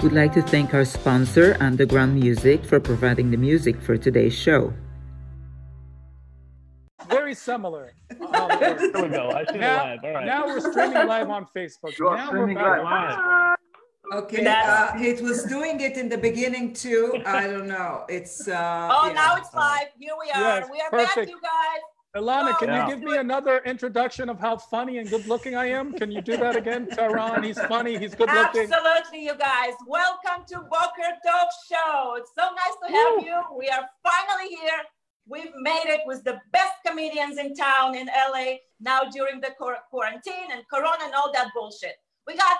We'd like to thank our sponsor, Underground Music, for providing the music for today's show. Very similar. Um, there There we go. I see the now, Oh, live. All right. now we're streaming live on Facebook. You are now streaming we're back. live. Okay, uh, it was doing it in the beginning too. I don't know. It's uh, Oh, yeah. now it's live. Here we are. Yes, we are back, perfect. you guys. Alana, can Yeah. you give me another introduction of how funny and good looking I am? Can you do that again, Tehran? He's funny. He's good looking. Absolutely, you guys. Welcome to Boker Dog Show. It's so nice to have you. We are finally here. We've made it with the best comedians in town in LA now during the quar- quarantine and Corona and all that bullshit. We got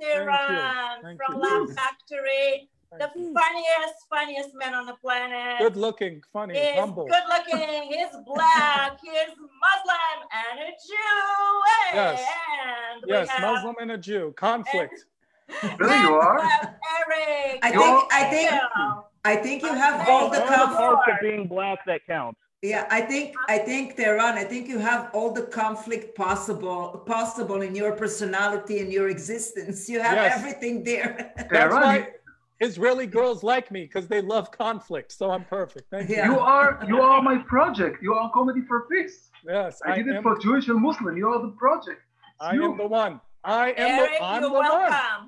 Tehran, Tehran Thank from you. Laugh Factory, the funniest, funniest man on the planet. Good looking, funny, He's humble. good looking, he's black, he's Muslim, and a Jew. Hey, Yes. And we Yes, have, Muslim and a Jew. Conflict. There you and we are. have Eric. I think I think Yeah. I think you have Okay. all the Only the conf- parts of being black that count. yeah. I think I think Tehran. I think you have all the conflict possible possible in your personality and your existence. You have Yes. everything there. That's Tehran, why Israeli girls like me because they love conflict. So I'm perfect. Thank you. Yeah. You are you are my project. You are comedy for fix. Yes, I, I, did it am, for Jewish and Muslim. You are the project. I you. am the one. I am Eric, the, I'm you're the one. welcome.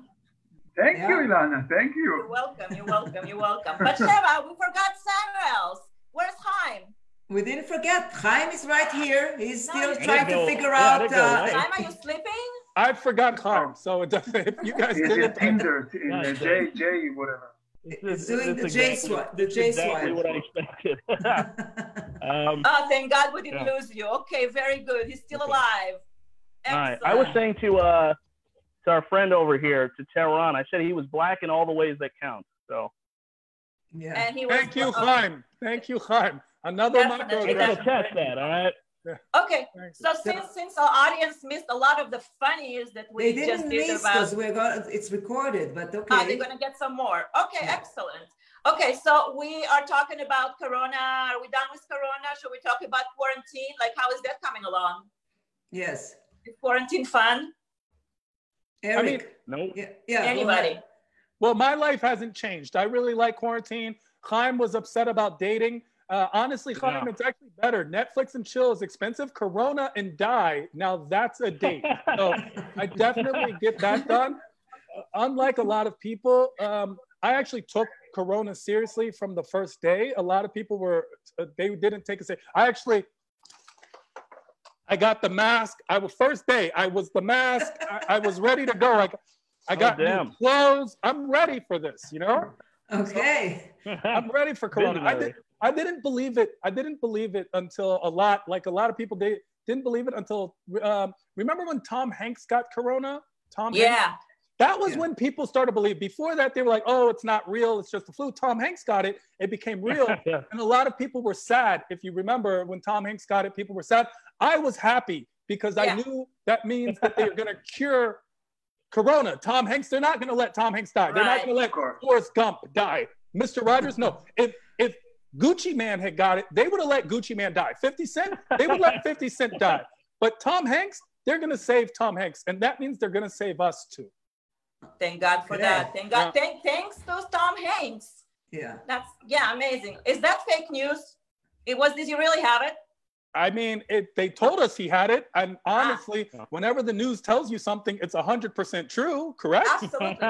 Thank Yeah. you, Ilana. Thank You're you. welcome. You're welcome. You're welcome. But Sheva, we forgot someone else. Where's Chaim? We didn't forget. Chaim is right here. He's No, still he's- trying to Yeah, figure they out. go Uh, away. Chaim, are you sleeping? I forgot Chaim. So it doesn't, if you guys Is did it it, I- Tinder? In Yeah, uh, it's J J whatever. It's doing the J swipe, the it's J exactly swipe. what I expected. um, Oh, thank God we didn't Yeah. lose you. Okay, very good. He's still Okay. alive. Uh, all right. Excellent. I was saying to uh, to our friend over here, to Tehran, I said he was black in all the ways that count. So yeah. And he was Thank you, okay. Chaim. Thank you, Chaim. Another Definitely. Oh, micro. I gotta test that. All right. Okay, Thanks. so since since our audience missed a lot of the funnies that They we just didn't did miss about because we're going. It's recorded, but okay. Ah, they're going to get some more. Okay, Yeah. excellent. Okay, so we are talking about Corona. Are we done with Corona? Should we talk about quarantine? Like, how is that coming along? yes, Is quarantine fun? Eric. mean- Nope. yeah, yeah. go ahead. Anybody? Well, my life hasn't changed. I really like quarantine. Chaim was upset about dating. Uh, honestly, Chaim, Yeah. it's actually better. Netflix and chill is expensive. Corona and die. Now that's a date. So I definitely get that done. Uh, Unlike a lot of people, um, I actually took Corona seriously from the first day. A lot of people were, uh, they didn't take it serious. I actually, I got the mask. I was first day. I was the mask. I, I was ready to go. I, I Oh, got new damn. clothes. I'm ready for this. You know, Okay. I'm ready for Corona. I, Visionary. did, I didn't believe it. I didn't believe it until a lot, like a lot of people, they didn't believe it until. Um, remember when Tom Hanks got Corona? Tom Hanks. Yeah. That was Yeah. when people started to believe. Before that, they were like, "Oh, it's not real. It's just the flu." Tom Hanks got it. It became real. Yeah. And a lot of people were sad. If you remember when Tom Hanks got it, people were sad. I was happy because I Yeah. knew that means that they're going to cure Corona. Tom Hanks, they're not going to let Tom Hanks die. They're not Right. going to let Of course. Forrest Gump die. Mr. Rogers, no. If if Gucci Man had got it, they would have let Gucci Man die. 50 Cent, they would let 50 Cent die. But Tom Hanks, they're going to save Tom Hanks. And that means they're going to save us too. Thank God for Okay. that. Thank God. Thank, thanks to Tom Hanks. Yeah. That's, yeah, amazing. Is that fake news? It was, did you really have it? I mean, it, they told us he had it. And honestly, Ah. whenever the news tells you something, it's 100% true, correct? Absolutely.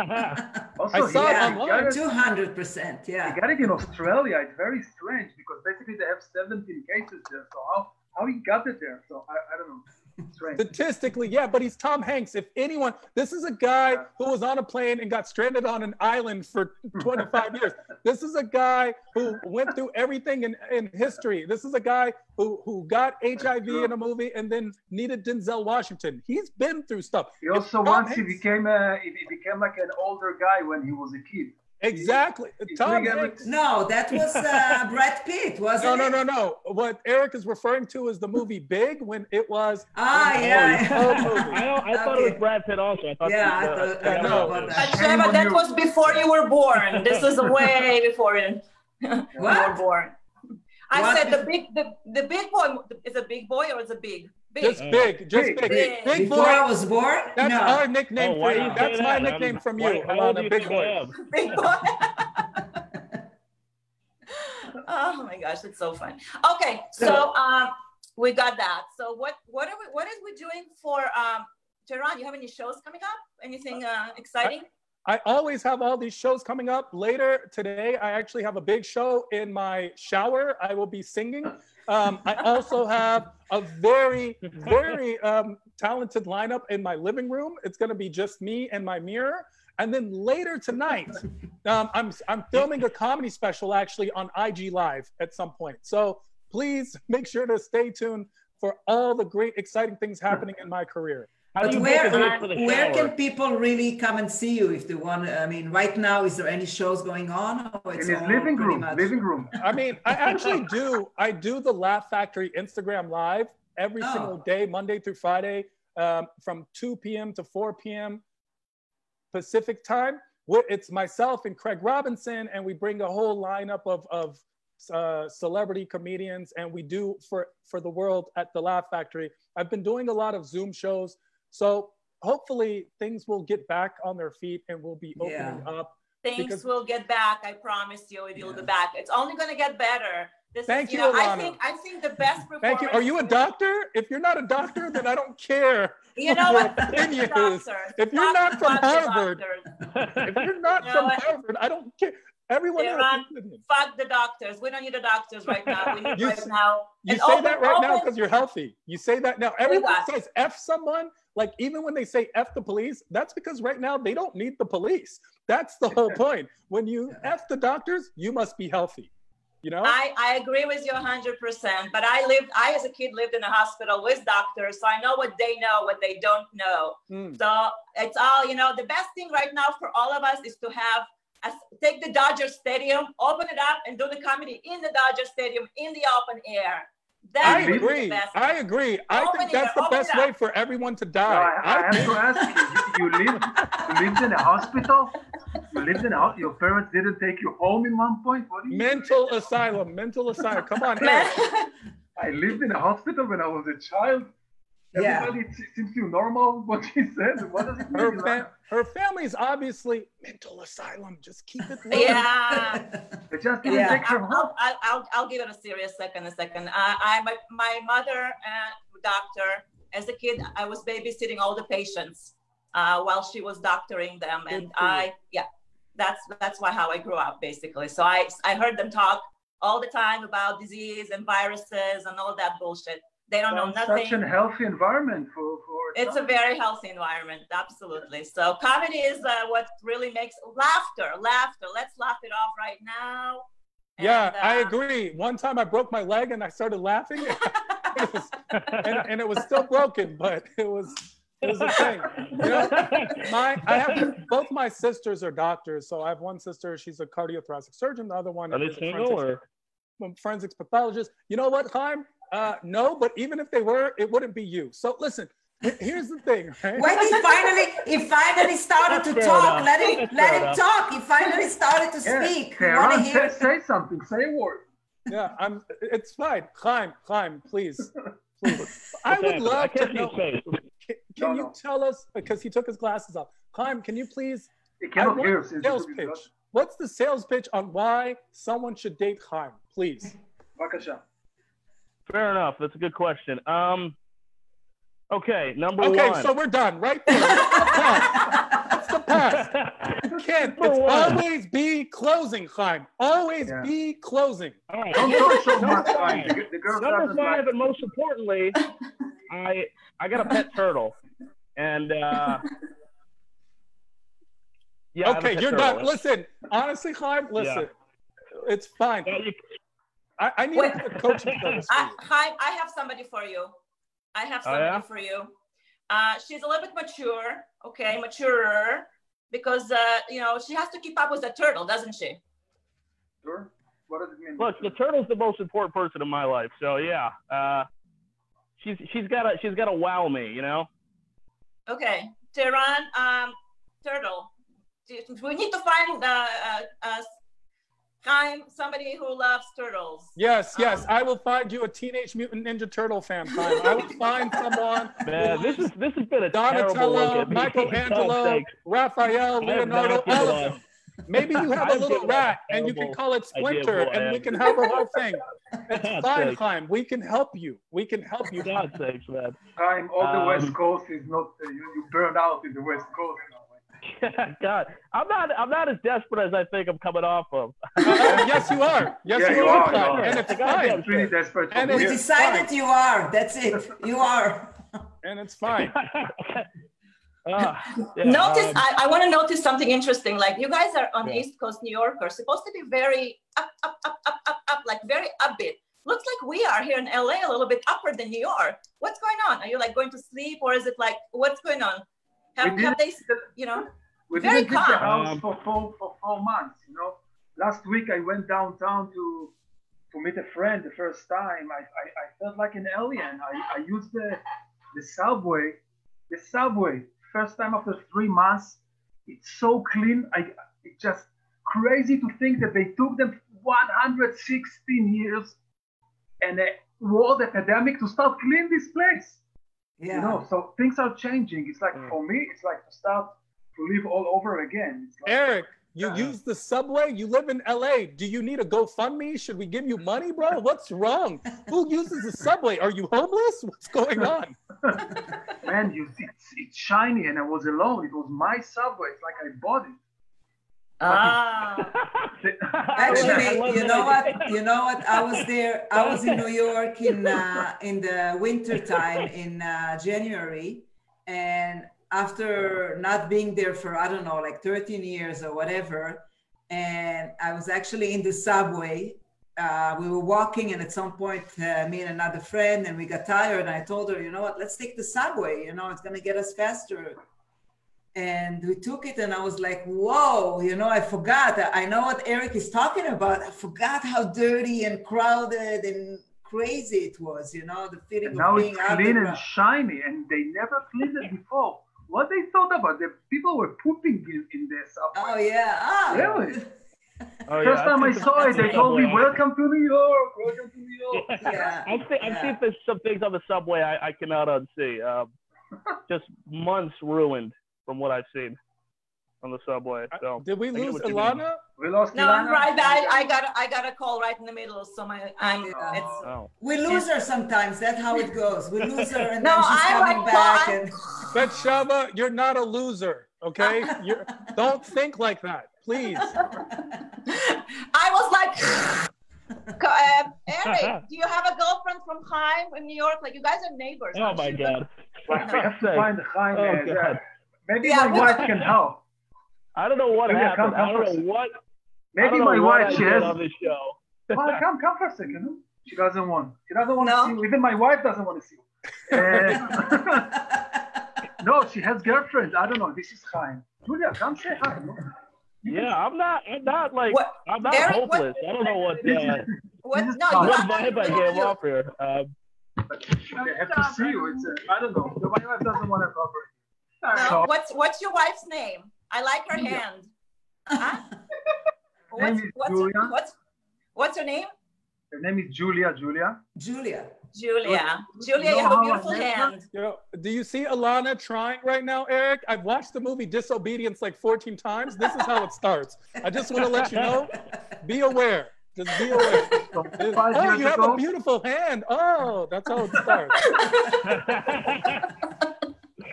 Also, I saw it he got- he online. got it- Two hundred percent. Yeah. He got it in Australia. It's very strange because basically they have 17 cases there. So how how he got it there? So I, I don't know. It's Strange. Statistically, yeah, but he's Tom Hanks. If anyone, this is a guy Yeah. who was on a plane and got stranded on an island for 25 years. This is a guy who went through everything in, in history. This is a guy who, who got HIV true. in a movie and then needed Denzel Washington. He's been through stuff. He If also Tom once he Hanks- became a, he became like an older guy when he was a kid. Exactly. Tom Big Emmett. Hanks. No, that was uh, Brad Pitt, No, wasn't no, it? no, no. What Eric is referring to is the movie Big when it was. Ah, when- yeah. Oh, movie. I, don't- I thought it was Okay. Brad Pitt also. I thought Yeah, it I was, uh, thought- I know forgot about about this. that. But Shame Sheva, on that you. was before you were born. This is way before you you were What? born. I What? said the big, the, the big boy is a big boy or is a big? Big. Just big, just Big, big, big, big. Before boy. I was born? That's no. our nickname Oh, for why do you. you say That's that? my I'm- nickname from you, why- how old do Alana, you big think boy. I am? big boy. oh my gosh, it's so fun. Okay, so um, we got that. So what what are we what is we doing for um Tehran? You have any shows coming up? Anything uh, exciting? I always have all these shows coming up. Later today, I actually have a big show in my shower. I will be singing. Um, I also have a very, very um, talented lineup in my living room. It's going to be just me and my mirror. And then later tonight, um, I'm, I'm filming a comedy special actually on IG Live at some point. So please make sure to stay tuned for all the great, exciting things happening in my career. How do But you book where, a date for the where shower? can people really come and see you if they want? I mean, right now, is there any shows going on? Or In it's his all living pretty room, much- living room. I mean, I actually do. I do the Laugh Factory Instagram live every Oh. single day, Monday through Friday, um, from 2 p.m. to 4 p.m. Pacific time. Where It's myself and Craig Robinson, and we bring a whole lineup of of uh, celebrity comedians, and we do for for the world at the Laugh Factory. I've been doing a lot of Zoom shows, so hopefully things will get back on their feet and we'll be opening up. Things Because- will get back. I promise you, it will be back. It's only gonna get better. This Thank is, you, you, know, I Alana. think I think the best performance. Thank you. Are you a doctor? If you're not a doctor, then I don't care. You know what? Ten years. Doctors. If you're not Doctors, from doctors, Harvard. doctors. If you're not No, from I- Harvard, I don't care. Everyone Yeah, else Ron, is opinion. Fuck the doctors. We don't need the doctors right now. We need You right s- now. You And say open- that right now open- because you're healthy. You say that now. Everyone got- says F someone. Like even when they say F the police, that's because right now they don't need the police. That's the whole point. When you F the doctors, you must be healthy. You know? I, I agree with you 100%. But I lived, I as a kid lived in a hospital with doctors. So I know what they know, what they don't know. Mm. So it's all, you know, the best thing right now for all of us is to have us take the Dodger Stadium, open it up, and do the comedy in the Dodger Stadium in the open air. I That would be the agree. best. I agree. I Open think it that's up, the open best it way up. for everyone to So die. I, I I have think to ask you, you, you lived you lived in a hospital? You lived in a ho- your parents didn't take you home in one point? What do you mental asylum, mental asylum. Come on, Man, Eric. I lived in a hospital when I was a child. Yeah. Everybody s- seems to normal what she said. What does it mean? her, fa- her family's obviously mental asylum. Just keep it low. yeah. They just didn't Yeah. take her I'll, home. I'll- I'll, I'll, I'll give it a serious second, a second. I, I my, my mother and doctor, as a kid, I was babysitting all the patients uh, while she was doctoring them. And I, yeah, that's, that's why, how I grew up basically. So I, I heard them talk all the time about disease and viruses and all that bullshit. They don't know Sounds Such nothing. a healthy environment for for. It's a very healthy environment, absolutely. So comedy is uh, what really makes laughter, laughter. Let's laugh it off right now. Yeah, And, I uh, agree. One time I broke my leg and I started laughing, It was- and, and it was still broken, but it was it was a thing. You know, my I have both my sisters are doctors, so I have one sister she's a cardiothoracic surgeon, the other one Are they is a single forensics, or? forensics pathologist. You know what, Chaim? Uh, no, but even if they were, it wouldn't be you. So listen, here's the thing, right? When he finally, he finally started to Fair talk. enough. Let Fair him, let him enough. talk. He finally started to Yeah, speak. We want to Tehran, hear. say, say something. Say a word. Yeah, I'm. It's fine, Chaim. Chaim, please, please. I What's would happening? I love can't to see his know. face. Can, No, can no. you tell us because he took his glasses off? Chaim, can you please? It I cannot want hear the since sales it's a pitch. What's the sales pitch on why someone should date Chaim? Please. Bakasha. Fair enough. That's a good question. Um, okay, number Okay, one. so we're done right there. That's the past. You can't. Number It's one. always be closing, Chaim. Always Yeah. be closing. All right. Don't talk so much. Number Ryan. five. The, the girl Number doesn't five, like. and most importantly, I I got a pet turtle, and uh, yeah. I have a okay, pet you're turtle. done. Listen, honestly, Chaim. Listen, it's fine. Yeah, you- I, I need Wait. a coaching service. for I, you. hi, I have somebody for you. I have Oh, somebody yeah? for you. Uh, she's a little bit mature, okay, maturer, because uh, you know she has to keep up with the turtle, doesn't she? Sure. What does it mean? Look, the turtle's the most important person in my life, so yeah. Uh, she's she's gotta she's gotta wow me, you know. Okay, Tehran, um, turtle. We need to find uh, uh, uh, Chaim, somebody who loves turtles. Yes, yes. I will find you a Teenage Mutant Ninja Turtle fan. Chaim. I will find someone. Man, this is this has been a terrible look Donatello, at me. for God's Michelangelo, sake. Raphael, I have Leonardo, not given all of up. them. Maybe you have a I've little given up rat and you can terrible call it idea of Splinter who I and we am. can have a whole thing. It's God's fine, sake. Chaim. We can help you. We can help you. For God's sakes, man. time all the Um, West Coast is not uh, you, you burn out in the West Coast. you know, like- God, I'm not I'm not as desperate as I think I'm coming off of. Uh, yes, you are. Yes, Yeah, you, you are, are, you Chaim. are. And it's Goddamn fine. It's really desperate. And for We it's- me. decided you are. That's it. You are. And it's fine. Uh, yeah, notice, um, I, I want to notice something interesting. Like you guys are on Yeah. East Coast New Yorkers, supposed to be very up, up, up, up, up, up, like very upbeat. Looks like we are here in LA a little bit upper than New York. What's going on? Are you like going to sleep, or is it like what's going on? Have, We have they, didn't- you know? We Very didn't leave the calm. house Um, for four for four months. You know, last week I went downtown to to meet a friend the first time. I, I, I felt like an alien. I, I used the the subway, the subway. First time after three months. It's so clean. I it's just crazy to think that they took them 116 years and a world epidemic to start clean this place you Yeah. know so things are changing it's like Yeah. for me it's like to start to live all over again it's like, Eric, you Yeah. use the subway. You live in LA. Do you need a GoFundMe? Should we give you money, bro? What's wrong? Who uses the subway? Are you homeless? What's going on? man you it's, it's shiny and i was alone it was my subway it's like i bought it Ah, I love- I love Actually, you that know idea. what? You know what? I was there. I was in New York in uh, in the winter time in uh, January, and after not being there for I don't know like 13 years or whatever, and I was actually in the subway. Uh, we were walking, and at some point, uh, me and another friend, and we got tired. And I told her, you know what? Let's take the subway. You know, it's gonna get us faster and we took it and i was like whoa you know i forgot i I know what eric is talking about i forgot how dirty and crowded and crazy it was you know the feeling and of now being it's out clean the and shiny and they never cleaned it before what they thought about the people were pooping in, in the oh subway yeah ah. Really? Oh, yeah, first time i think saw it there's they told me something wrong. welcome to new york welcome to new york Yeah, I think I yeah. think there's some things on the subway I, I cannot unsee. Um, just months ruined from what I've seen on the subway. So Did we I get lose what you mean. Alana? we lost no, I'm Ilana. right. I, I got I got a call right in the middle, so my I'm. Yeah. It's, oh. we lose her sometimes that's how it goes we lose her and No, then she's I coming like- back I- and But Shava, you're not a loser, okay? You're, don't think like that, please. I was like, um, Eric, do you have a girlfriend from Chaim in New York? Like, you guys are neighbors. oh aren't my you? god. we have to find Chaim. Oh, uh, God. Maybe Yeah, my we- wife can help. I don't know what Julia, happened. come- I don't come know what. I Maybe don't know my what wife, I she did has on this show. Well, come, come for a second. huh? She doesn't want. She doesn't want No. to see you. Even my wife doesn't want to see you. Uh, no, she has girlfriend. I don't know. This is Chaim. Julia, come say hi. no? Yeah, I'm not. I'm not like. What- I'm not Eric, what- hopeless. I don't know what. Uh, What? This is No, Chaim. you what are not vibe I related. gave off here. Um, They have to see you. It's a, I don't know. My wife doesn't want to cooperate. No, So- what's what's your wife's name? I like her hand. Huh? What's, Name is what's, Julia. what's, what's her name? Her name is Julia. Julia. julia Julia. Julia, you know have a how I beautiful met her? hand. You know, do you see Alana trying right now, Eric? I've watched the movie Disobedience like 14 times. This is how it starts. I just want to let you know, be aware. Just be aware. So five Oh, years you have ago, a beautiful hand. Oh, that's how it starts.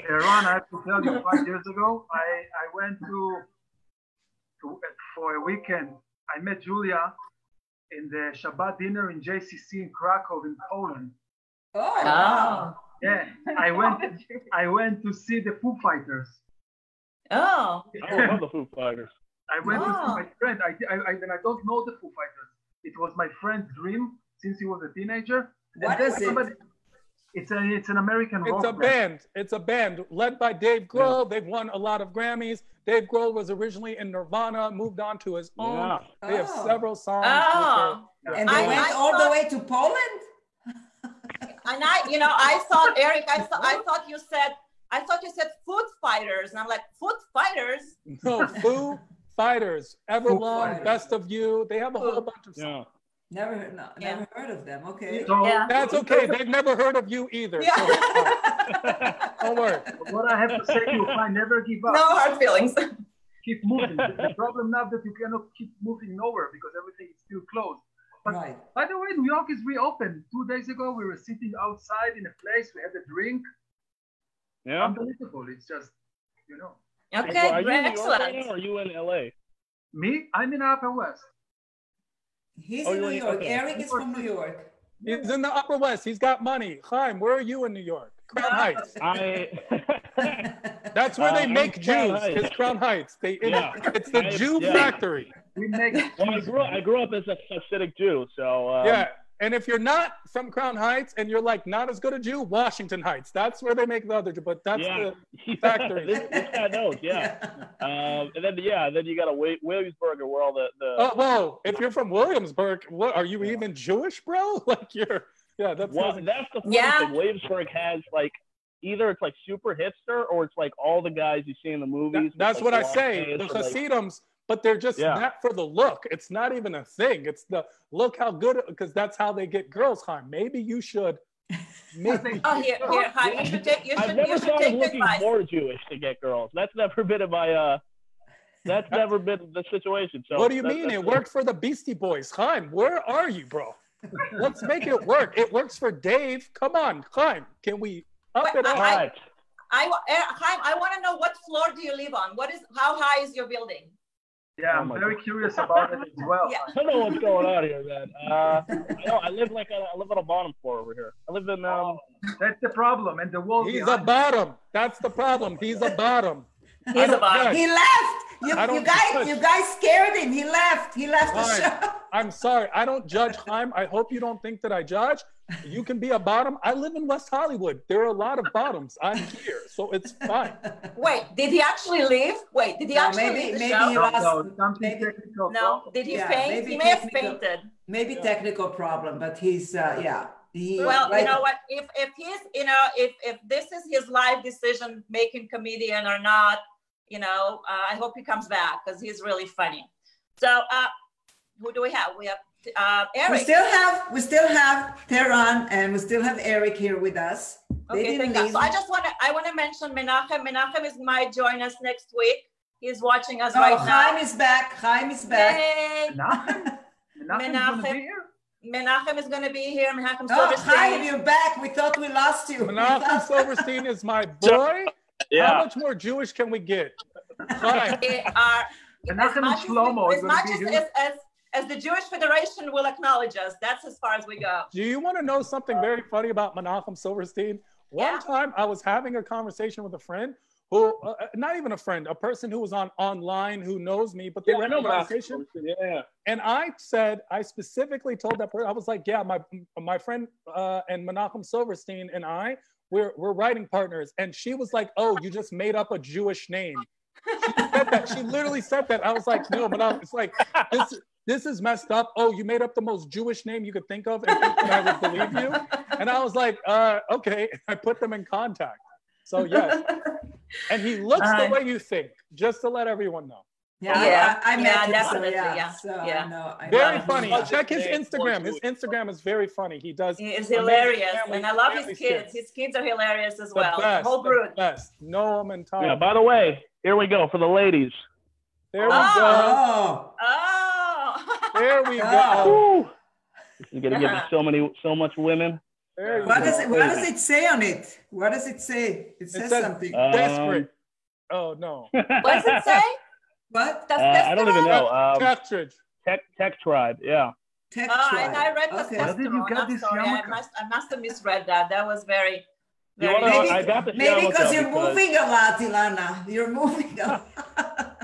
Iran, I have to tell you, five years ago, I, I went to, to for a weekend. I met Julia in the Shabbat dinner in JCC in Krakow in Poland. oh Oh. Yeah, I went. I went to see the Foo Fighters. Oh. I love the Foo Fighters. I went Wow. with my friend. I, I, I and I don't know the Foo Fighters. It was my friend's dream since he was a teenager. What then is it? somebody- It's a it's an American rock It's a band. band. It's a band led by Dave Grohl. They've won a lot of Grammys. Dave Grohl was originally in Nirvana, moved on to his own. Yeah. They have Oh. several songs. with Oh. And they I- went I all the thought- way to Poland? And I, you know, I thought Eric, I thought I thought you said I thought you said foot fighters, and I'm like foot fighters. their- no, Foo Fighters, Everlong, Fighters. Best of You. They have a whole bunch of songs. Yeah. Never, heard- no, Yeah. never heard of them. Okay. So Yeah. That's okay. They've never heard of you either. Yeah. So it's fine. don't worry. what I have to say to you, I never give up. No hard feelings. Keep moving. the problem now that you cannot keep moving nowhere because everything is still closed. But Right. by the way, New York is reopened. Two days ago, we were sitting outside in a place. We had a drink. Yeah. Unbelievable. It's just, you know, Well, are Okay, you in New York right now or excellent. are you in LA? me. I'm in Upper West. He's Oh, in you New went- York. okay. Eric is from New York. He's in the Upper West. He's got money. Chaim, where are you in New York? Crown Heights. I That's where Uh, they I'm make Crown Jews. Heights. It's Crown Heights. They, it- Yeah. It's the I- Jew yeah. factory. We make well, I grew I grew up as a Hasidic Jew, so um, yeah. And if you're not from Crown Heights and you're like not as good a Jew, Washington Heights. That's where they make the other Jew. But that's yeah. Yeah, factory. this, this guy knows, yeah. Um, and then yeah, then you got a Wi- Williamsburg where all the, the the. Oh, whoa. If you're from Williamsburg, what are you even Jewish, bro? Like you're. Yeah, that's. Well, that's the funny Yeah. thing. Williamsburg has like either it's like super hipster or it's like all the guys you see in the That- movies. with, that's like, what I long say. pants The or, like- Hasidims, but they're just Yeah. not for the look. It's not even a thing. It's the look how good because that's how they get girls. Huh? Maybe you should. Maybe. Oh, here, here, hi. You should take, you I've should, never you should thought of take the looking advice. more Jewish to get girls. That's never been in my uh. That's never been the situation. So what do you that- mean? that's- It worked for the Beastie Boys, Chaim. Where are you, bro? Let's make it work. It works for Dave. Come on, Chaim. Can we up Wait, it All up? I- right. I, wa- eh, Chaim, I want to know what floor do you live on? What is, how high is your building? Yeah, Oh I'm my very curious about it as well. Yeah. I don't know what's going on here, man. Uh, I, know, I live like on- I live on a bottom floor over here. I live in um. That's the problem. And the wall He's a behind- bottom. That's the problem. He's a bottom. He's about. judge. He left. You, I don't you guys, touch. you guys scared him. He left. He left the Fine. show. I'm sorry. I don't judge Chaim. I hope you don't think that I judge. You can be a bottom. I live in West Hollywood. There are a lot of bottoms. I'm here, so it's fine. Wait, did he actually leave? Wait, did he No, actually maybe- leave the maybe show? he No, was- no, something Maybe- technical. No, problem. did he Yeah, faint? maybe He may have technical- fainted. Maybe technical problem, but he's uh, yeah. He, Well, you right- know what? If if he's, you know, if if this is his life decision, making comedian or not, you know, uh, I hope he comes back because he's really funny. So, uh, who do we have? We have uh, We Eric. still have we still have Tehran and we still have Eric here with us. They Okay, didn't thank God. leave. So I just want to I want to mention Menachem. Menachem is might join us next week. He's watching us Oh, right Chaim now. is back. Chaim is back. Yay! Menachem? Menachem's gonna Menachem. be here? Menachem is going to be here. Menachem Oh, Silverstein. Chaim, you're back. We thought we lost you. Menachem Silverstein is my boy. How much more Jewish can we get? Chaim, They are Menachem and as much as- Shlomo is as gonna much be as, here. as, as, as the Jewish Federation will acknowledge us. That's as far as we go. do you want to know something very funny about Menachem Silverstein? One Yeah. time I was having a conversation with a friend who, uh, uh, not even a friend, a person who was on online who knows me, but they were I know having a what I- conversation. Yeah. And I said, I specifically told that person, I was like, yeah, my my friend uh, and Menachem Silverstein and I, we're we're writing partners. And she was like, oh, you just made up a Jewish name. She said that. She literally said that. I was like, no, Menachem, it's like this this is messed up. Oh, you made up the most Jewish name you could think of, and think that I would believe you. And I was like, uh, okay. I put them in contact. So yes, and he looks the Uh, way you think. Just to let everyone know. Yeah, Yeah, I, I met yeah, him, definitely, so, yeah, yeah, so yeah. I know, I Very know. funny. Yeah. Check his Yeah. Instagram. His Instagram is very funny. He does He is Amazing hilarious. family- and I love his family kids. shit. His kids are hilarious as the well. best. the whole the brood. best. Noam and Tom. Yeah. By the way, here we go for the ladies. there we Oh. Oh, Oh. go. There we go. Oh. Woo! This is gonna give me so many, so much women. There you what go. does it? What does it say on it? What does it say? It says, says- something. Uh, Desperate. Oh no. what does it say? what? That's Uh, I don't even know. Um, Cartridge. tech, tech tribe. Yeah. Tech Oh, tribe. and I read the Okay. testosterone. Where did you get I'm this sorry. I yarmulke? must, I must have misread that. That was very, You very. wanna know- Maybe, I got the maybe shower because though, you're because- moving a lot, Ilana. You're moving a lot.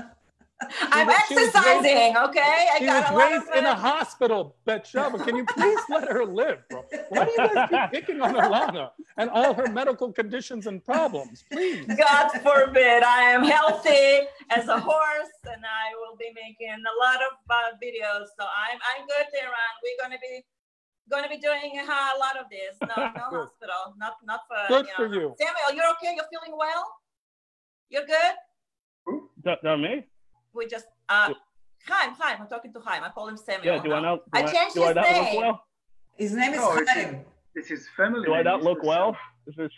I'm was- she was raised- exercising, okay? I She was got a lot of raised in a rest. hospital, Bet Shabba. Can you please let her live, bro? Why do you guys keep picking on Alana and all her medical conditions and problems? Please. God forbid. I am healthy as a horse, and I will be making a lot of uh, videos. So I'm I'm good, Tehran. We're gonna be gonna be doing a, ha- a lot of this. No, Good. no hospital. Not not for. Good for you. Samuel, you're okay. You're feeling well. You're good. Not, not me. We just uh, Chaim, Chaim. I'm talking to Chaim. I call him Samuel. Yeah. Do I now. not? Do I changed do I his not look name. well? His name is Oh, No, it's- Chaim. This is family. Do I name, not it's look the well? Is this?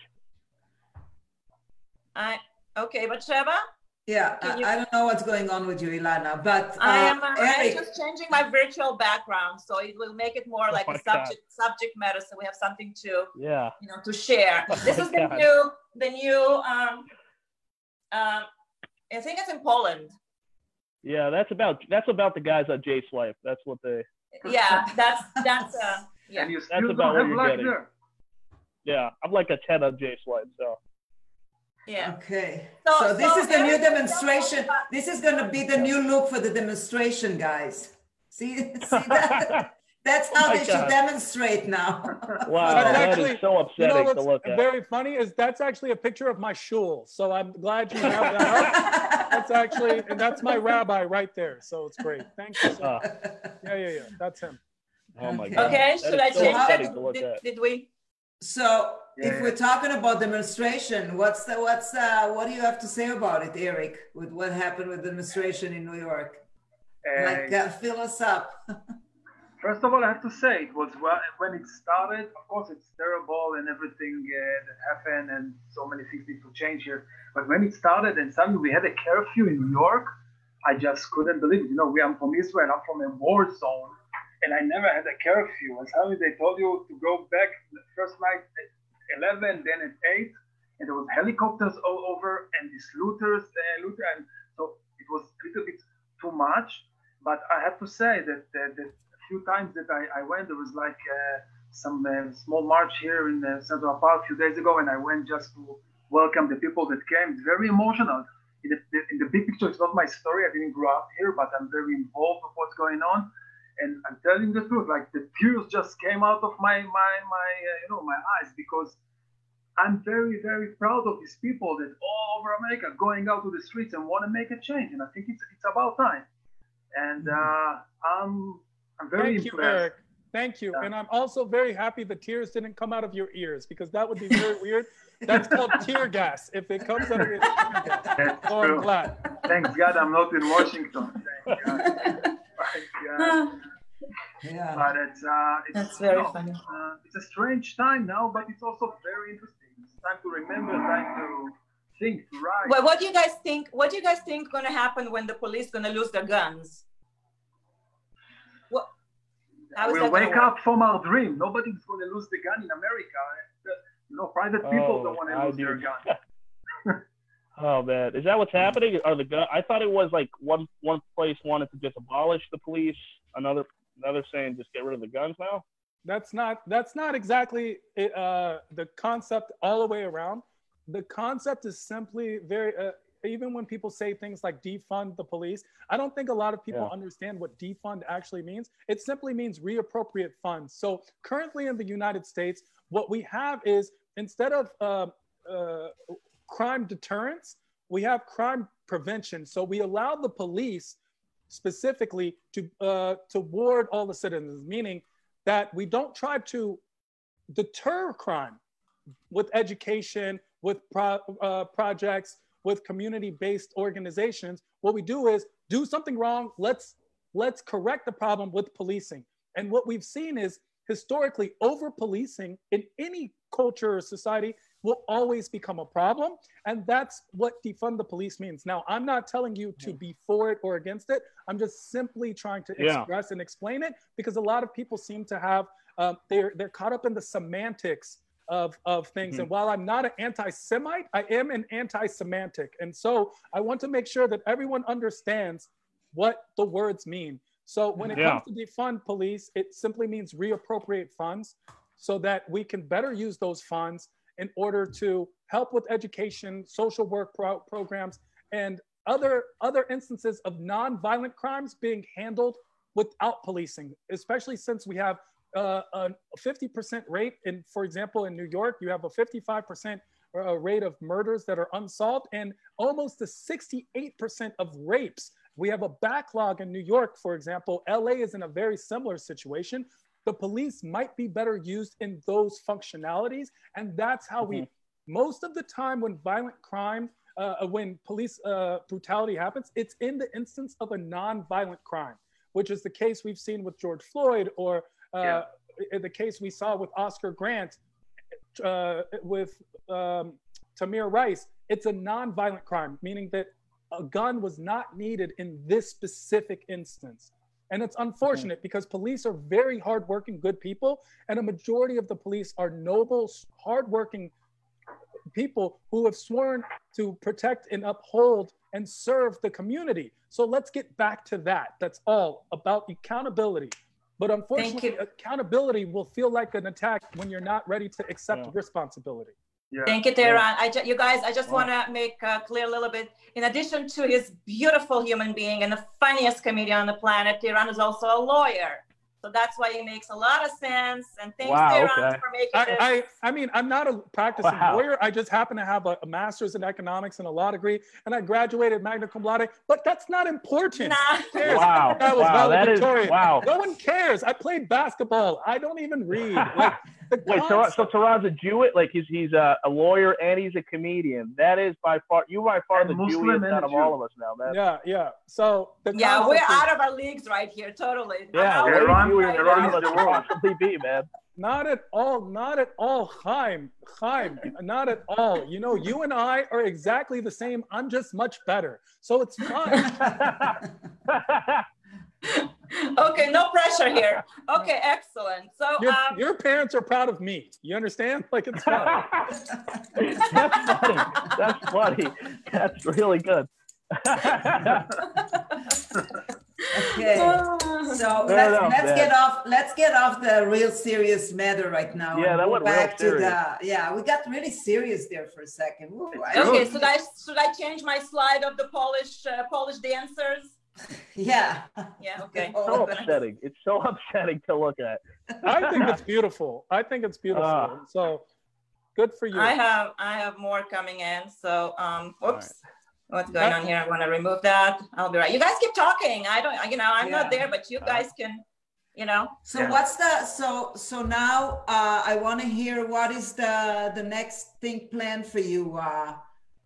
I okay, but Sheba, Yeah, I, Can you- I don't know what's going on with you, Ilana, but I uh, am uh, I'm Eric, just changing my virtual background, so it will make it more like Oh my a God. subject subject matter. So we have something to Yeah. you know to share. This is the Oh God. new the new um um I think it's in Poland. Yeah. That's about. That's about the guys on Jace Life. That's what they. Yeah, that's that's uh yeah. And you still about don't what have you're luck getting. there. Yeah. I'm like a ten on Jace Life. So. Yeah. okay. So- So this so is the new Eric, tell us demonstration. about- This is going to be the new look for the demonstration, guys. See, see that? That's how Oh my they should God. demonstrate now. Wow. That's That is actually- so You know upsetting to look what's at. very funny is that's actually a picture of my shul. So I'm glad you have that. up. that's actually, and that's my rabbi right there. So it's great. Thank you. So Uh, much. Yeah, yeah, yeah. That's him. oh my Okay. God. Okay, That should is I so change that? upsetting to look Did, at. did we? So Yeah, if yeah. we're talking about demonstration, what's the what's uh, what do you have to say about it, Eric? With what happened with demonstration in New York? Uh, Like, uh, fill us up. First of all, I have to say it was well, when it started. Of course, it's terrible and everything uh, that happened, and so many things need to change here. But when it started, and suddenly we had a curfew in New York, I just couldn't believe it. You know, we I'm from Israel. I'm from a war zone, and I never had a curfew. And suddenly they told you to go back the first night at 11, then at 8, and there was helicopters all over, and these looters, uh, looter, and so it was a little bit too much. But I have to say that, that, that a few times that I, I went, there was like uh, some uh, small march here in uh, Central Park a few days ago, and I went just to welcome the people that came. It's very emotional. In the, in the big picture, it's not my story. I didn't grow up here, but I'm very involved with what's going on. And I'm telling the truth, like the tears just came out of my my my uh, you know my eyes because I'm very, very proud of these people that all over America going out to the streets and want to make a change. And I think it's, it's about time. And uh, I'm, I'm very Thank you, impressed. Eric. Thank you. Yeah. And I'm also very happy the tears didn't come out of your ears because that would be very weird. That's called tear gas. If it comes out of your ears, That's so I'm true. glad. Thanks God I'm not in Washington. Thank God. Thank God. Yeah. But it's, uh, it's, That's very no, funny. Uh, it's a strange time now, but it's also very interesting. It's time to remember, time to think, to write. Well, what do you guys think? What do you guys think gonna happen when the police gonna lose their guns? What? how is we'll that gonna wake work? up from our dream. Nobody's going to lose the gun in America. Uh, You know, private people Oh, don't want I to lose their do. gun. Oh man, is that what's happening? Are the gun? I thought it was like one one place wanted to just abolish the police, another another saying just get rid of the guns now. That's not that's not exactly uh, the concept all the way around. The concept is simply very. Uh, even when people say things like defund the police, I don't think a lot of people Yeah. understand what defund actually means. It simply means reappropriate funds. So currently in the United States, what we have is instead of uh, uh, crime deterrence, we have crime prevention. So we allow the police specifically to uh, to ward all the citizens, meaning that we don't try to deter crime with education, with pro- uh, projects, with community-based organizations. What we do is do something wrong. Let's let's correct the problem with policing. And what we've seen is historically over-policing in any culture or society will always become a problem. And that's what defund the police means. Now, I'm not telling you to be for it or against it. I'm just simply trying to Yeah. express and explain it because a lot of people seem to have um, they're they're caught up in the semantics of of things. And while I'm not an anti-Semite, I am an anti-semantic. And so I want to make sure that everyone understands what the words mean. So when it Yeah. comes to defund police, it simply means reappropriate funds so that we can better use those funds in order to help with education, social work pro- programs, and other other instances of non-violent crimes being handled without policing, especially since we have uh, a 50% rate. In, for example, in New York, you have a 55% uh, rate of murders that are unsolved and almost a 68% of rapes. We have a backlog in New York, for example. LA is in a very similar situation. The police might be better used in those functionalities. And that's how we, most of the time, when violent crime uh, when police uh, brutality happens, it's in the instance of a non-violent crime, which is the case we've seen with George Floyd or uh, the case we saw with Oscar Grant, uh, with um, Tamir Rice. It's a non-violent crime, meaning that a gun was not needed in this specific instance. And it's unfortunate because police are very hardworking, good people, and a majority of the police are noble, hardworking people who have sworn to protect and uphold and serve the community. So let's get back to that. That's all about accountability. But unfortunately, you. accountability will feel like an attack when you're not ready to accept Yeah. responsibility. Thank you, Tehran. I ju- you guys, I just want to make uh, clear a little bit. In addition to his beautiful human being and the funniest comedian on the planet, Tehran is also a lawyer. So that's why it makes a lot of sense. And thanks, Wow, Tehran, okay. for making this. I, I, I mean, I'm not a practicing Wow. lawyer. I just happen to have a, a master's in economics and a law degree, and I graduated magna cum laude. But that's not important. Nah. Who cares? Wow. That was Wow, that is- valedictorian. wow. No one cares. I played basketball. I don't even read. Like, the Wait, Tara, concept- so Taran's a Jewett? Like he's he's a, a lawyer and he's a comedian. That is by far you by far And the Muslim Jewiest and a out of Jew. all of us now. man. yeah, yeah. So the yeah, we're concept is out of our leagues right here, totally. yeah, Our- we're Tehran- Jewish and Tehran all of is us the world. possibly be man. not at all, not at all, Chaim, Chaim, not at all. You know, you and I are exactly the same. I'm just much better. So it's fine. okay, no pressure here. Okay, excellent. So, Your, um, your parents are proud of me. You understand? Like it's fine. That's funny. That's funny. That's really good. Okay. No, So let's, no, let's man. get off let's get off the real serious matter right now. Yeah, and that go went real back to serious. the yeah. We got really serious there for a second. Ooh, I- okay, should I, should I change my slide of the Polish, uh, Polish dancers? yeah. Yeah, okay. so Oh, upsetting. It's so upsetting to look at. I think it's beautiful. I think it's beautiful. Ah. so good for you. I have I have more coming in. So um whoops. What's going That- on here? I want to remove that. I'll be right. You guys keep talking. I don't you know, I'm not Yeah. there, but you Uh-huh. All right. guys can, you know. So what's the so so now uh, I want to hear what is the the next thing planned for you. Uh,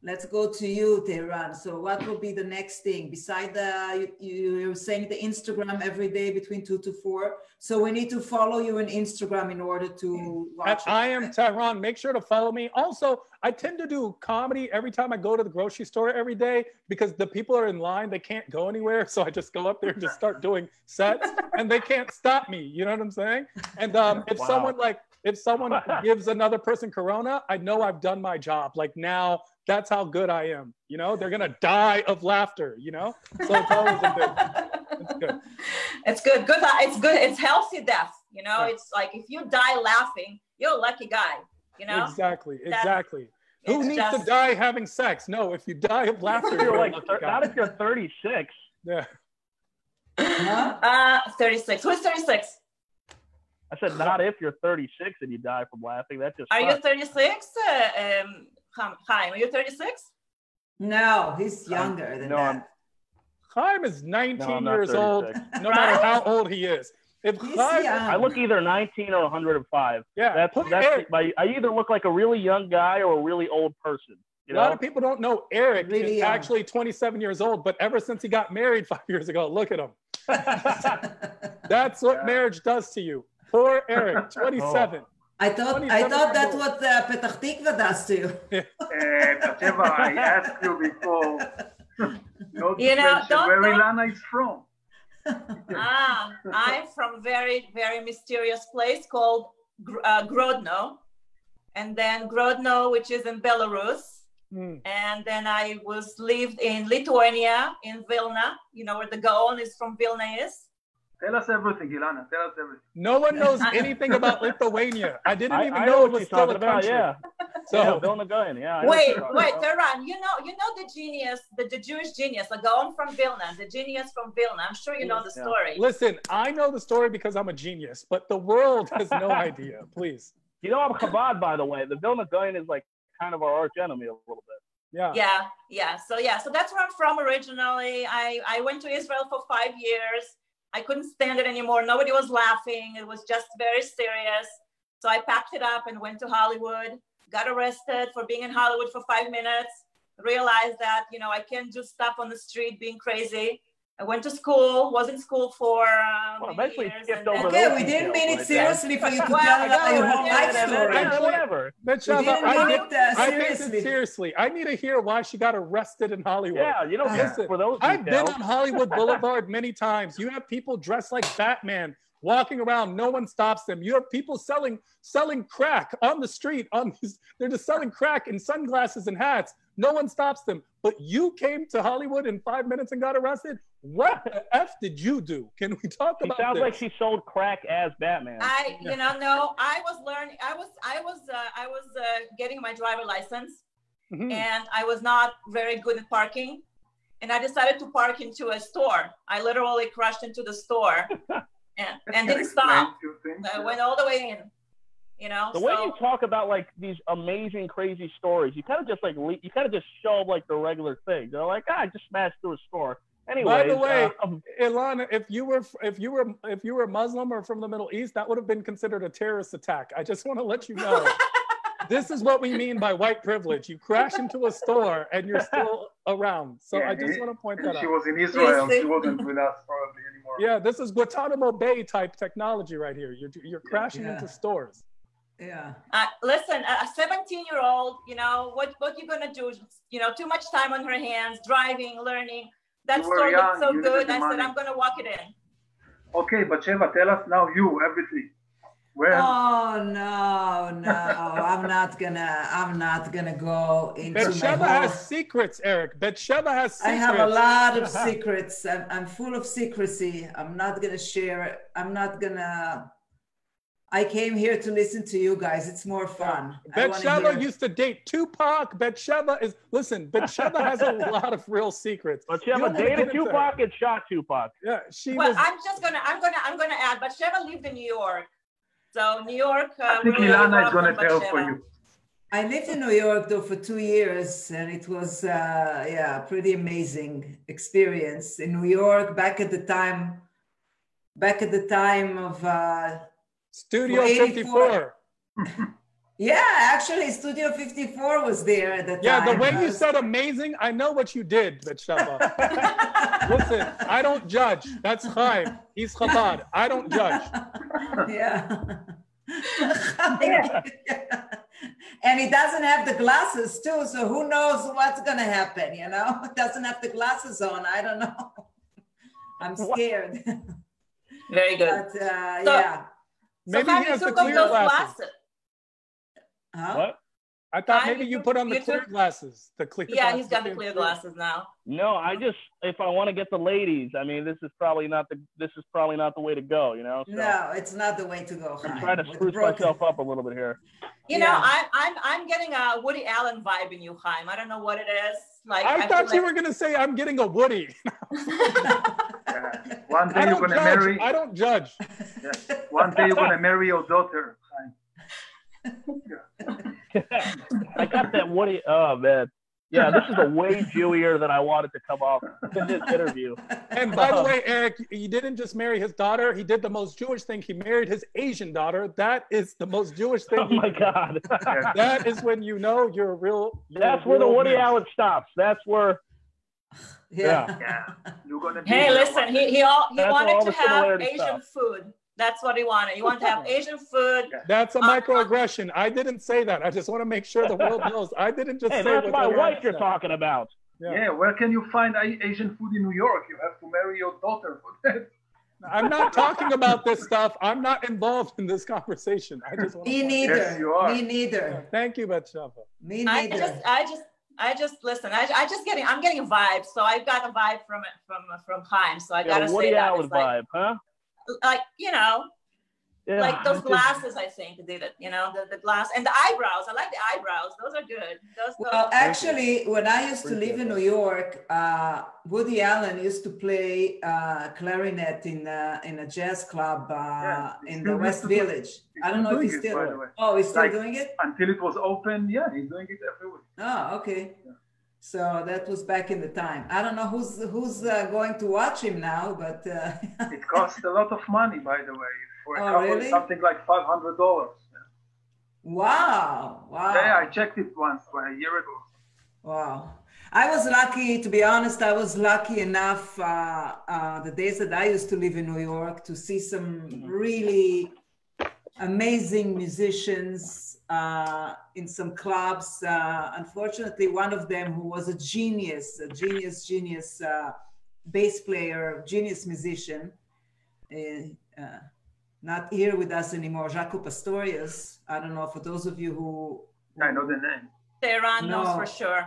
let's go to you, Tehran. So what will be the next thing beside the you, you you're saying the Instagram every day between two to four. So we need to follow you on Instagram in order to watch. At I it. am Tehran. Make sure to follow me. Also, I tend to do comedy every time I go to the grocery store every day because the people are in line. They can't go anywhere. So I just go up there and just start doing sets and they can't stop me. You know what I'm saying? And um, if Wow. someone like, if someone gives another person Corona, I know I've done my job. Like now, that's how good I am. You know, they're going to die of laughter, you know? So it's always a good. It's good. It's good. Good it's good. It's healthy death. You know, it's like if you die laughing, you're a lucky guy, you know? Exactly. That's- Exactly. Who It's needs to just- die having sex? No, if you die of laughter, You're like lucky thir- guy. not if you're 36. Yeah. Uh 36. Who's 36? I said not if you're 36 and you die from laughing. That just Are you sucks. 36? Uh, um Chaim- Chaim, are you 36? No, he's younger than no, I'm- that. Chaim is 19 No, I'm not years old, 36. no matter how old he is. If He's Chaim, young. I look either 19 or 105. yeah, That's put that's Eric. my. I either look like a really young guy or a really old person. a You lot know? of people don't know Eric Really is young. actually 27 years old, but ever since he got married five years ago, look at him. That's what marriage does to you. Poor Oh. Eric, 27. I thought I 27 thought that's years what uh, Petah Tikva does to you. Eh, Bateva, I asked you before. No You know, discretion, don't- where don't- Ilana is from. ah, I'm from very very mysterious place called Gr- uh, Grodno, and then Grodno, which is in Belarus, Hmm. and then I was lived in Lithuania in Vilna. You know where the Gaon is from Vilna is, Tell us everything, Ilana. Tell us everything. No one knows anything about Lithuania. I didn't I- even I know it what was you're still talking a about, country. Yeah. yeah, So Bill Nagoyan. Yeah. I know what Wait, you're talking wait, about. Tehran, you know, you know the genius, the, the Jewish genius, the Gaon from Vilna, the genius from Vilna. I'm sure you know the Yeah. story. listen, I know the story because I'm a genius, but the world has no idea. Please. You know, I'm Chabad, by the way. The Bill Nagoyan is like kind of our arch enemy a little bit. Yeah. yeah yeah so yeah so that's where i'm from originally i i went to israel for five years i couldn't stand it anymore nobody was laughing it was just very serious so i packed it up and went to hollywood got arrested for being in hollywood for five minutes realized that you know i can't do stuff on the street being crazy i went to school was in school for uh, Well, many eventually years, skipped and then- over Okay, those we didn't details, mean but- it seriously for you to Well, tell us no, your whole yeah, life yeah, Yeah, yeah, story. Actually- whatever. Mitch, You I, didn't I, mean did- it uh, I think it's seriously. seriously. I need to hear why she got arrested in Hollywood. Yeah, you don't Listen, listen for those I've been details. on Hollywood Boulevard many times. You have people dressed like Batman walking around. No one stops them. You have people selling selling crack on the street. On these, they're just selling crack in sunglasses and hats. No one stops them. But you came to Hollywood in five minutes and got arrested. What the f did you do? Can we talk She about sounds this? like she sold crack as Batman. I, you know, no, I was learning. I was, I was, uh, I was uh, getting my driver license, Hmm. Mhm. and I was not very good at parking, and I decided to park into a store. I literally crashed into the store, and, and uh, Can didn't I explain stop. few things? I went all the way in. You know, the way you talk about like these amazing, crazy stories, you kind of just like le- you kind of just shove like the regular thing. They're like, ah, I just smashed through a store. uh, um, Anyway, way, Ilana, if you were if you were if you were Muslim or from the Middle East, that would have been considered a terrorist attack. I just want to let you know. this is what we mean by white privilege. You crash into a store and you're still around. So I just want to point that She out. was in Israel. Yes. She wasn't with us probably anymore. Yeah, this is Guantanamo Bay type technology right here. You're you're crashing Yeah. into stores. Yeah. uh, listen, a 17 year old, you know, what, what you gonna do? You know, too much time on her hands, driving, learning. That You were store young, looked so you needed good. the I said, money. I'm gonna walk it in. Okay, but Sheva, tell us now you everything. Where? Oh no, no, I'm not gonna, I'm not gonna go into my Betsheba whole. has secrets, Eric. Betsheba has secrets. I have a lot of secrets. I'm, I'm full of secrecy. I'm not gonna share. it. I'm not gonna. I came here to listen to you guys. It's more fun. I wanna Betsheba hear- used to date Tupac. Betsheba is listen. Betsheba has a lot of real secrets. but she have You a don't wanna get dated into it. Tupac and shot Tupac. Yeah, she Well, was. I'm just gonna, I'm gonna, I'm gonna add, but Sheva lived in New York. So New York. Uh, I think really Ilana is welcomed gonna tell Batsheva. for you. I lived in New York though for two years, and it was uh, yeah, pretty amazing experience in New York. Back at the time, back at the time of uh, Studio 84. 54. yeah, actually, Studio Fifty Four was there at the Yeah, time. the way you Uh, said amazing, I know what you did, Betsheba. Listen, I don't judge. That's fine. He's Chabad. I don't judge. yeah. and he doesn't have the glasses too, so who knows what's gonna happen? You know, doesn't have the glasses on. I don't know. I'm scared, Very but good. uh, yeah. Maybe so how he you has the took off clear those glasses. Huh? What? I thought Hi, maybe you you took- put on the you clear took- glasses. The clear. Yeah, he's glasses got the came clear through. glasses now. No, I just if I want to get the ladies, I mean, this is probably not the this is probably not the way to go. You know, so No, it's not the way to go. I'm Chaim, trying to with spruce broken- myself up a little bit here. You know, Yeah. I, I'm, I'm getting a Woody Allen vibe in you, Chaim. I don't know what it is. Like I, feel thought you like- were gonna say I'm getting a Woody. Yeah. One I day you're don't gonna judge. marry. I don't judge. Yeah. One day you're gonna marry your daughter. I got that Woody. Oh man, yeah, this is a way Jewier than I wanted to come off in this interview. And by Oh. the way, Eric, he didn't just marry his daughter. He did the most Jewish thing. He married his Asian daughter. That is the most Jewish thing. Oh my God, Yeah. That is when you know you're a real. you're a that's where the real Woody man. Allen stops. That's where. Yeah. Yeah. You're gonna. be Hey, there listen, one he, he, all, he That's all wanted the to have similarity Asian stuff. food. That's what he wanted. He wanted to have Asian food. That's a Uh, uh. microaggression. I didn't say that. I just want to make sure the world knows. I didn't just Hey, say that's what my the word wife you're said. talking about. day. Yeah. Where can you find A- Asian food in New York? You have to marry your daughter for that. I'm not talking about this stuff. I'm not involved in this conversation. I just want Me to neither. you are. Me neither. Thank you, Batsheva. Me I neither. just, I just, I just listen. I, I just getting, I'm getting a vibe. So I've got a vibe from it, from from Chaim. So I Yeah, gotta Woody say that. Allen It's like- vibe, huh? like you know, Yeah, like those I did- glasses. I think did it. You know, the, the glass and the eyebrows. I like the eyebrows. Those are good. Those. Well, those- actually, when I used to Appreciate live in that. New York, uh, Woody Allen used to play uh, clarinet in a, in a jazz club uh, Yeah, he in still the used West to play- Village. he's I don't know if doing he's it, by the still. way. Oh, he's still Like- doing it. Until it was open, yeah, he's doing it every week. Oh, okay. So that was back in the time. I don't know who's who's uh, going to watch him now, but uh, It costs a lot of money, by the way, for a Oh, couple, really? something like five hundred dollars. wow, wow. Yeah, Ah. I checked it once well, a year ago. Wow. I was lucky, to be honest, I was lucky enough uh, uh, the days that I used to live in New York to see some really amazing musicians uh, in some clubs. Uh, unfortunately, one of them who was a genius, a genius, genius uh, bass player, genius musician, uh, uh, not here with us anymore, Jaco Pastorius. I don't know, for those of you who I know the name. Tehran knows No. for sure.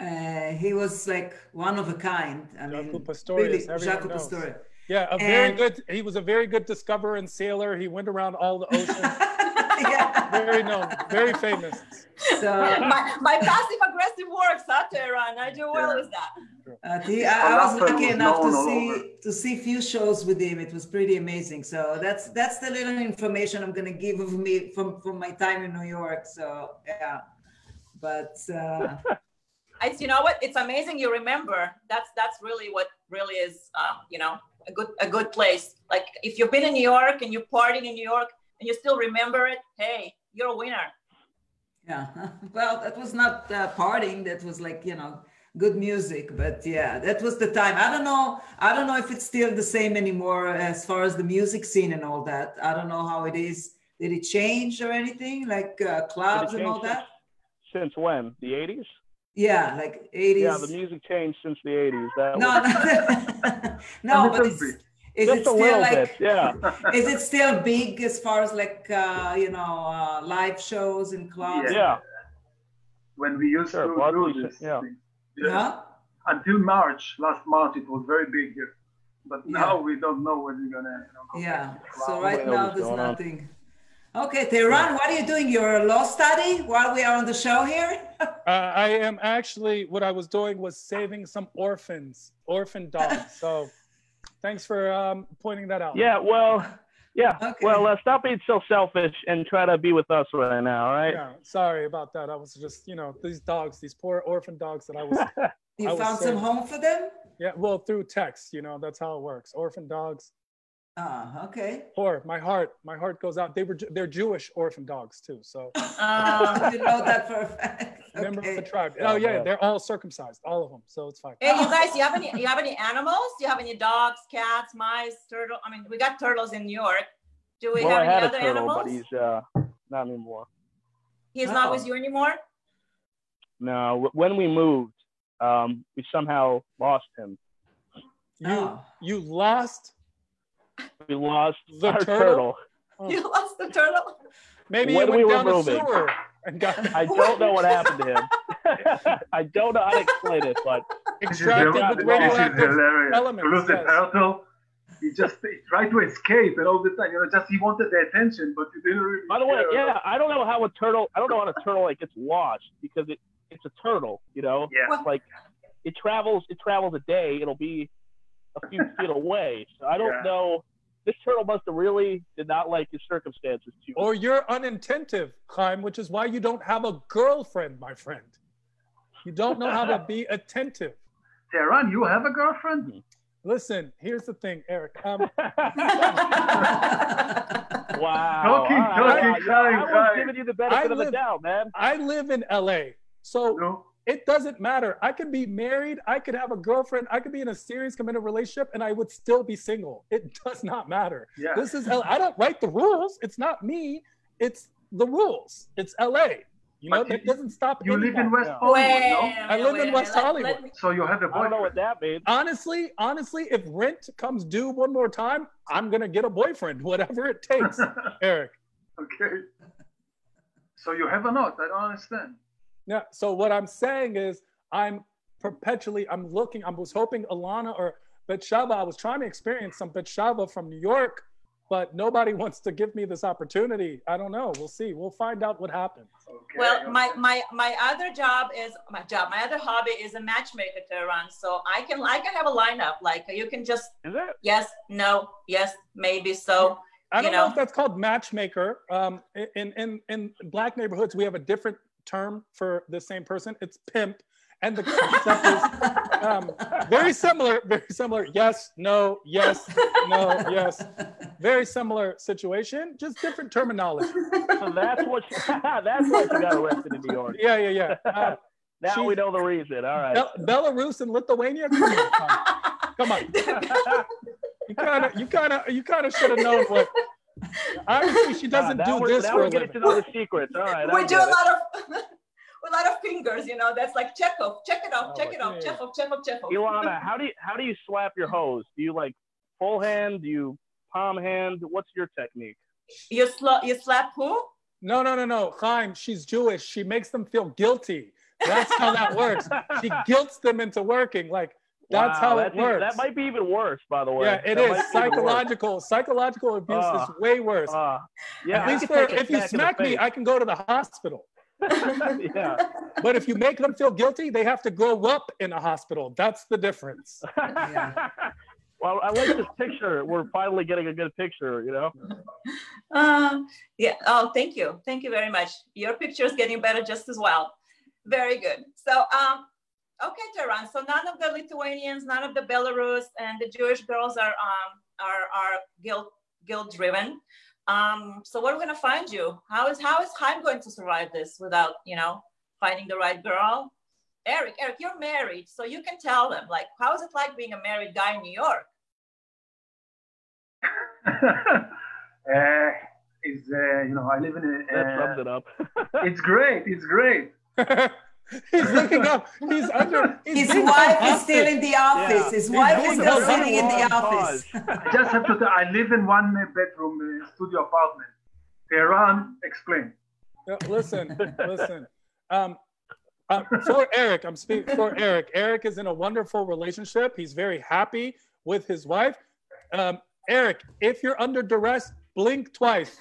uh, he was like one of a kind. I mean, Jaco Pastorius, everyone Jaco knows. Pastorius. Yeah, a very And- good. He was a very good discoverer and sailor. He went around all the ocean. Yeah. very known, very famous. So my, my passive aggressive works, huh, Tehran? I do well with that. uh, he- I, I was Falafel lucky was enough to known all over. see to see few shows with him. It was pretty amazing. So that's that's the little information I'm gonna give of me from from my time in New York. So yeah, but uh, It's you know what? It's amazing you remember. That's that's really what really is um, you know a good a good place. Like if you've been in New York and you partied in New York and you still remember it, hey, you're a winner. yeah. Well, that was not uh, partying. That was like you know good music but yeah that was the time i don't know i don't know if it's still the same anymore as far as the music scene and all that i don't know how it is did it change or anything like uh, clubs and all change that Since when? The 80s? yeah like 80s Yeah, the music changed since the 80s. That no was, no, no A but little it's, bit. is just it a still little like bit. Yeah. is it still big as far as like uh, you know uh, live shows and clubs Yeah. When we used Sure, to Broadway do show, this yeah. thing. Huh? Until March, last March, it was very big here. But Yeah. now we don't know when we're gonna. You know, go Yeah. back. So Wow. right knows now what's there's going on? nothing. Okay, Tehran, what are you doing? Your law study while we are on the show here? Uh, I am actually what I was doing was saving some orphans, orphan dogs. So, thanks for um, pointing that out. Yeah, well, yeah. Okay. Well, uh, stop being so selfish and try to be with us right now, all right? Yeah, sorry about that. I was just, you know, these dogs, these poor orphan dogs that I was, I You was found some saying- home for them? yeah, well, through text, you know, that's how it works. Orphan dogs, Ah, okay. poor. My heart, my heart goes out. They were, Ju- they're Jewish orphan dogs too. So Um, Uh, you know that for a fact. member of the Okay. tribe. Yeah, Oh yeah, yeah. they're all circumcised, all of them. So it's fine. hey, you guys, you have any you have any animals? Do you have any dogs, cats, mice, turtle? I mean, we got turtles in New York. Do we well, I have had any a other turtle, animals? but He's, he's uh, not anymore. not Oh. with you anymore. No, w- when we moved, um, we somehow lost him. You, Oh. you lost. We lost The our turtle? turtle. You lost the turtle. Maybe When you went we were down a moving. sewer and got I don't know what happened to him. I don't know how to explain it, but This is extracted hilarious. with This is radioactive hilarious. elements, To lose the yes. turtle, he just he tried to escape, and all the time, you know, just he wanted the attention, but he didn't really. by the way, care. yeah, I don't know how a turtle. I don't know how a turtle like gets lost because it, it's a turtle, you know. Yeah. Like it travels, it travels a day. It'll be a few feet away. So I don't Yeah. know. This turtle must have really did not like his circumstances too. or you're unintentive, Chaim, which is why you don't have a girlfriend, my friend. You don't know how to be attentive. Tehran, you have a girlfriend? Mm-hmm. Listen, here's the thing, Eric. Um, wow. Talking, All right. talking, I, I, talking, was talking. giving you the benefit I of the live- doubt, man. I live in LA, so No. it doesn't matter. I could be married, I could have a girlfriend, I could be in a serious committed relationship, and I would still be single. It does not matter. Yeah. This is LA. I don't write the rules. It's not me. It's the rules. It's LA. You know But you- that doesn't stop. you live in anyone. West Yeah. Hollywood, Wait no? a I minute, live wait in a minute. West Let- Hollywood. let me- So you have a I don't know boyfriend. what that means. honestly, honestly, if rent comes due one more time, I'm gonna get a boyfriend, whatever it takes. Eric. okay. So you have a note. I don't understand. Yeah. So what I'm saying is, I'm perpetually, I'm looking. I was hoping Alana or Betshava. I was trying to experience some Betshava from New York, but nobody wants to give me this opportunity. I don't know. We'll see. We'll find out what happens. Okay, Well, my, okay. my, my other job is my job. My other hobby is a matchmaker, Tehran. So I can I can have a lineup. Like you can just Is that? yes, no, yes, maybe so. I don't you know. know? if that's called matchmaker. Um, in, in in black neighborhoods, we have a different term for the same person. It's pimp, and the concept is um, very similar. Very similar. Yes, no, yes, no, yes. Very similar situation, just different terminology. So that's what. that's why she got arrested in New York. Yeah, yeah, yeah. Uh, Now She- we know the reason. All right. Bel- Belarus and Lithuania. Come on, Tom. Come on. you kind of, you kind of, you kind of should have known what. Obviously, she doesn't Ah, now do we're- this Now for we're a getting to living. know the secrets. All right. I we do a get it. lot of a lot of fingers, you know. That's like Chekhov, check it off, Oh, check it off, yeah. check off, check off, check off. Ilana, how do you how do you slap your hose? Do you like full hand? Do you palm hand? What's your technique? You sla- you slap who? No, no, no, no. Chaim, she's Jewish. She makes them feel guilty. That's how that works. She guilts them into working. Like that's Wow, how it that's even- works. that might be even worse, by the way. yeah, it That is might be even worse. psychological. Psychological abuse Ah. is way worse. Uh, yeah, At I least could for, take a if you smack me, I in can go to the hospital. the face. yeah. But if you make them feel guilty, they have to grow up in a hospital. That's the difference. well, I like this picture. We're finally getting a good picture, you know? Uh, yeah. Oh, thank you. Thank you very much. Your picture is getting better just as well. Very good. So, um, okay, Tehran. So none of the Lithuanians, none of the Belarus, and the Jewish girls are um, are are guilt guilt driven. Um, so where are we gonna find you? How is how is Heim going to survive this without you know finding the right girl? Eric, Eric, you're married, so you can tell them like how is it like being a married guy in New York? uh, is uh, you know I live in a. That Uh, sums it up. it's great. It's great. he's looking up. He's under. He's His being wife is sarcastic. still in the office. His He's wife doing is still the sitting in the Long office. pause. I just have to. Tell, I live in one uh, bedroom uh, studio apartment. Tehran, explain. Uh, Listen, listen. Um, uh, for Eric, I'm speaking for Eric. Eric is in a wonderful relationship. He's very happy with his wife. Um, Eric, if you're under duress, blink twice.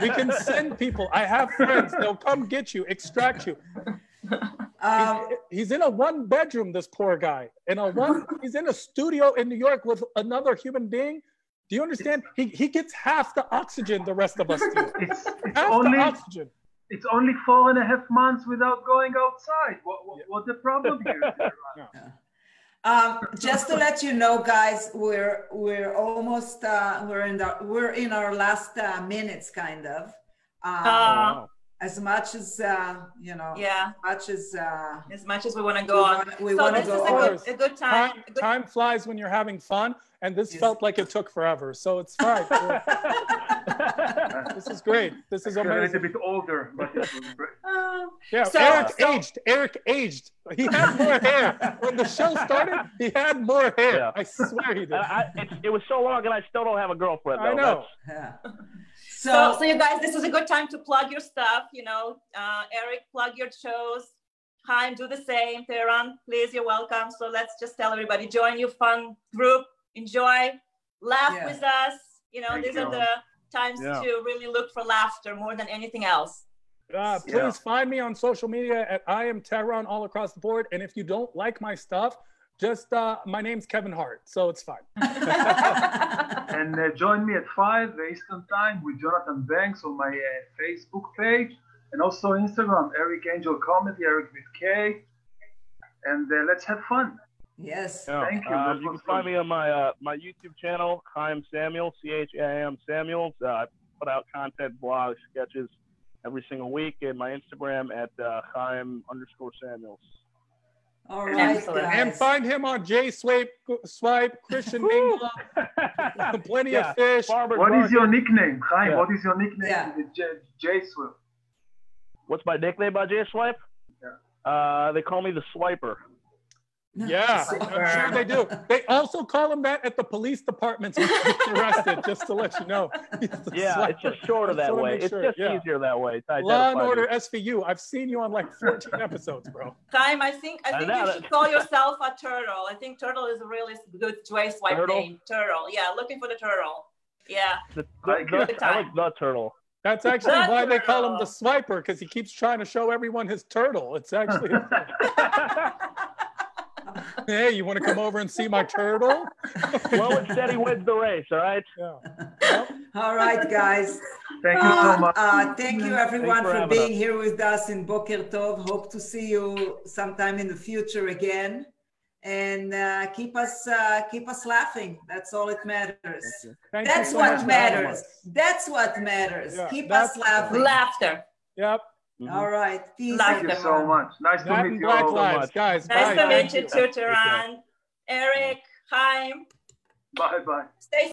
we can send people. I have friends. They'll come get you, extract you. Um, He's in a one bedroom, this poor guy. In a one, he's in a studio in New York with another human being. Do you understand? He, he gets half the oxygen the rest of us do. It's it's Half only the oxygen. it's only four and a half months without going outside. What what, what the problem here? Tehran? Um, just to let you know, guys, we're we're almost uh, we're in the we're in our last uh, minutes, kind of. Um, Uh, Oh, Wow. as much as uh, you know, yeah. as much as uh, As much as we want to We go on. wanna- we so wanna this go is on. a good, a good time. time, a good- time flies when you're having fun, and this Yes. felt like it took forever. So it's fine. this is great. This is You're a little amazing. bit older, but it was great. Uh, Yeah, So- Eric so- aged. Eric aged. He had more hair when the show started. He had more hair. Yeah. I swear he did. I, I, it's it was so long, and I still don't have a girlfriend. Though. I know. yeah. so, so, so you guys, this is a good time to plug your stuff. You know, uh, Eric, plug your shows. Haim, do the same. Tehran, please, you're welcome. So let's just tell everybody, join your fun group, enjoy, laugh Yeah. with us. You know, Thank these you. are the times Yeah. to really look for laughter more than anything else. Uh, please Yeah. find me on social media at I am Tehran all across the board. And if you don't like my stuff, just uh, my name's Kevin Hart, so it's fine. and uh, join me at 5 Eastern Time with Jonathan Banks on my uh, Facebook page and also Instagram, Eric Angel Comedy, Eric with K. And uh, let's have fun. yes, Yeah. Thank you. Um, That you can was find fun. me on my uh, my YouTube channel, Chaim Samuel, C H A M Samuels. Uh, I put out content, blogs, sketches every single week, and my Instagram at uh, Chaim underscore Samuels. all right, Excellent. guys. And find him on J Swipe, Swipe Christian Mingle, Plenty Yeah. of Fish. Barbara What is Clark- your nickname, Chaim? Yeah. What is your nickname? Yeah. Is it J, J Swift? What's my nickname by J Swipe? Uh, they call me the Swiper. Yeah, So- I'm sure they do. They also call him that at the police departments when he gets arrested, just to let you know. He's the Yeah, it's slicker. just shorter Just that wanna way. make It's sure, just yeah. easier that way. to Law and identify Order these. SVU. I've seen you on like 14 episodes, bro. Chaim, I think I I think know you that- should call yourself a turtle. I think turtle is a really good race wipe Turtle? name. Turtle. Yeah, looking for the turtle. Yeah. The, I the- get it. I like the turtle. That's actually That's why they call him turtle. the swiper because he keeps trying to show everyone his turtle. It's actually, hey, you want to come over and see my turtle? Slow and steady wins the race. All right. Yeah. All right, guys. Thank you so Uh, much. Uh, thank you, everyone, Thanks for for, having being here with us in Boker Tov. Hope to see you sometime in the future again, and uh, keep us uh, keep us laughing. That's all it matters. Thank you That's so much what for having matters. us. That's what matters. Yeah, keep that's- us laughing. Laughter. Yep. All right. Peace. Laugh. Thank you so much. Nice to That meet and you Black all. Lives, much. guys. Nice bye. to meet you too, Tehran. Eric, Chaim. Bye bye. Stay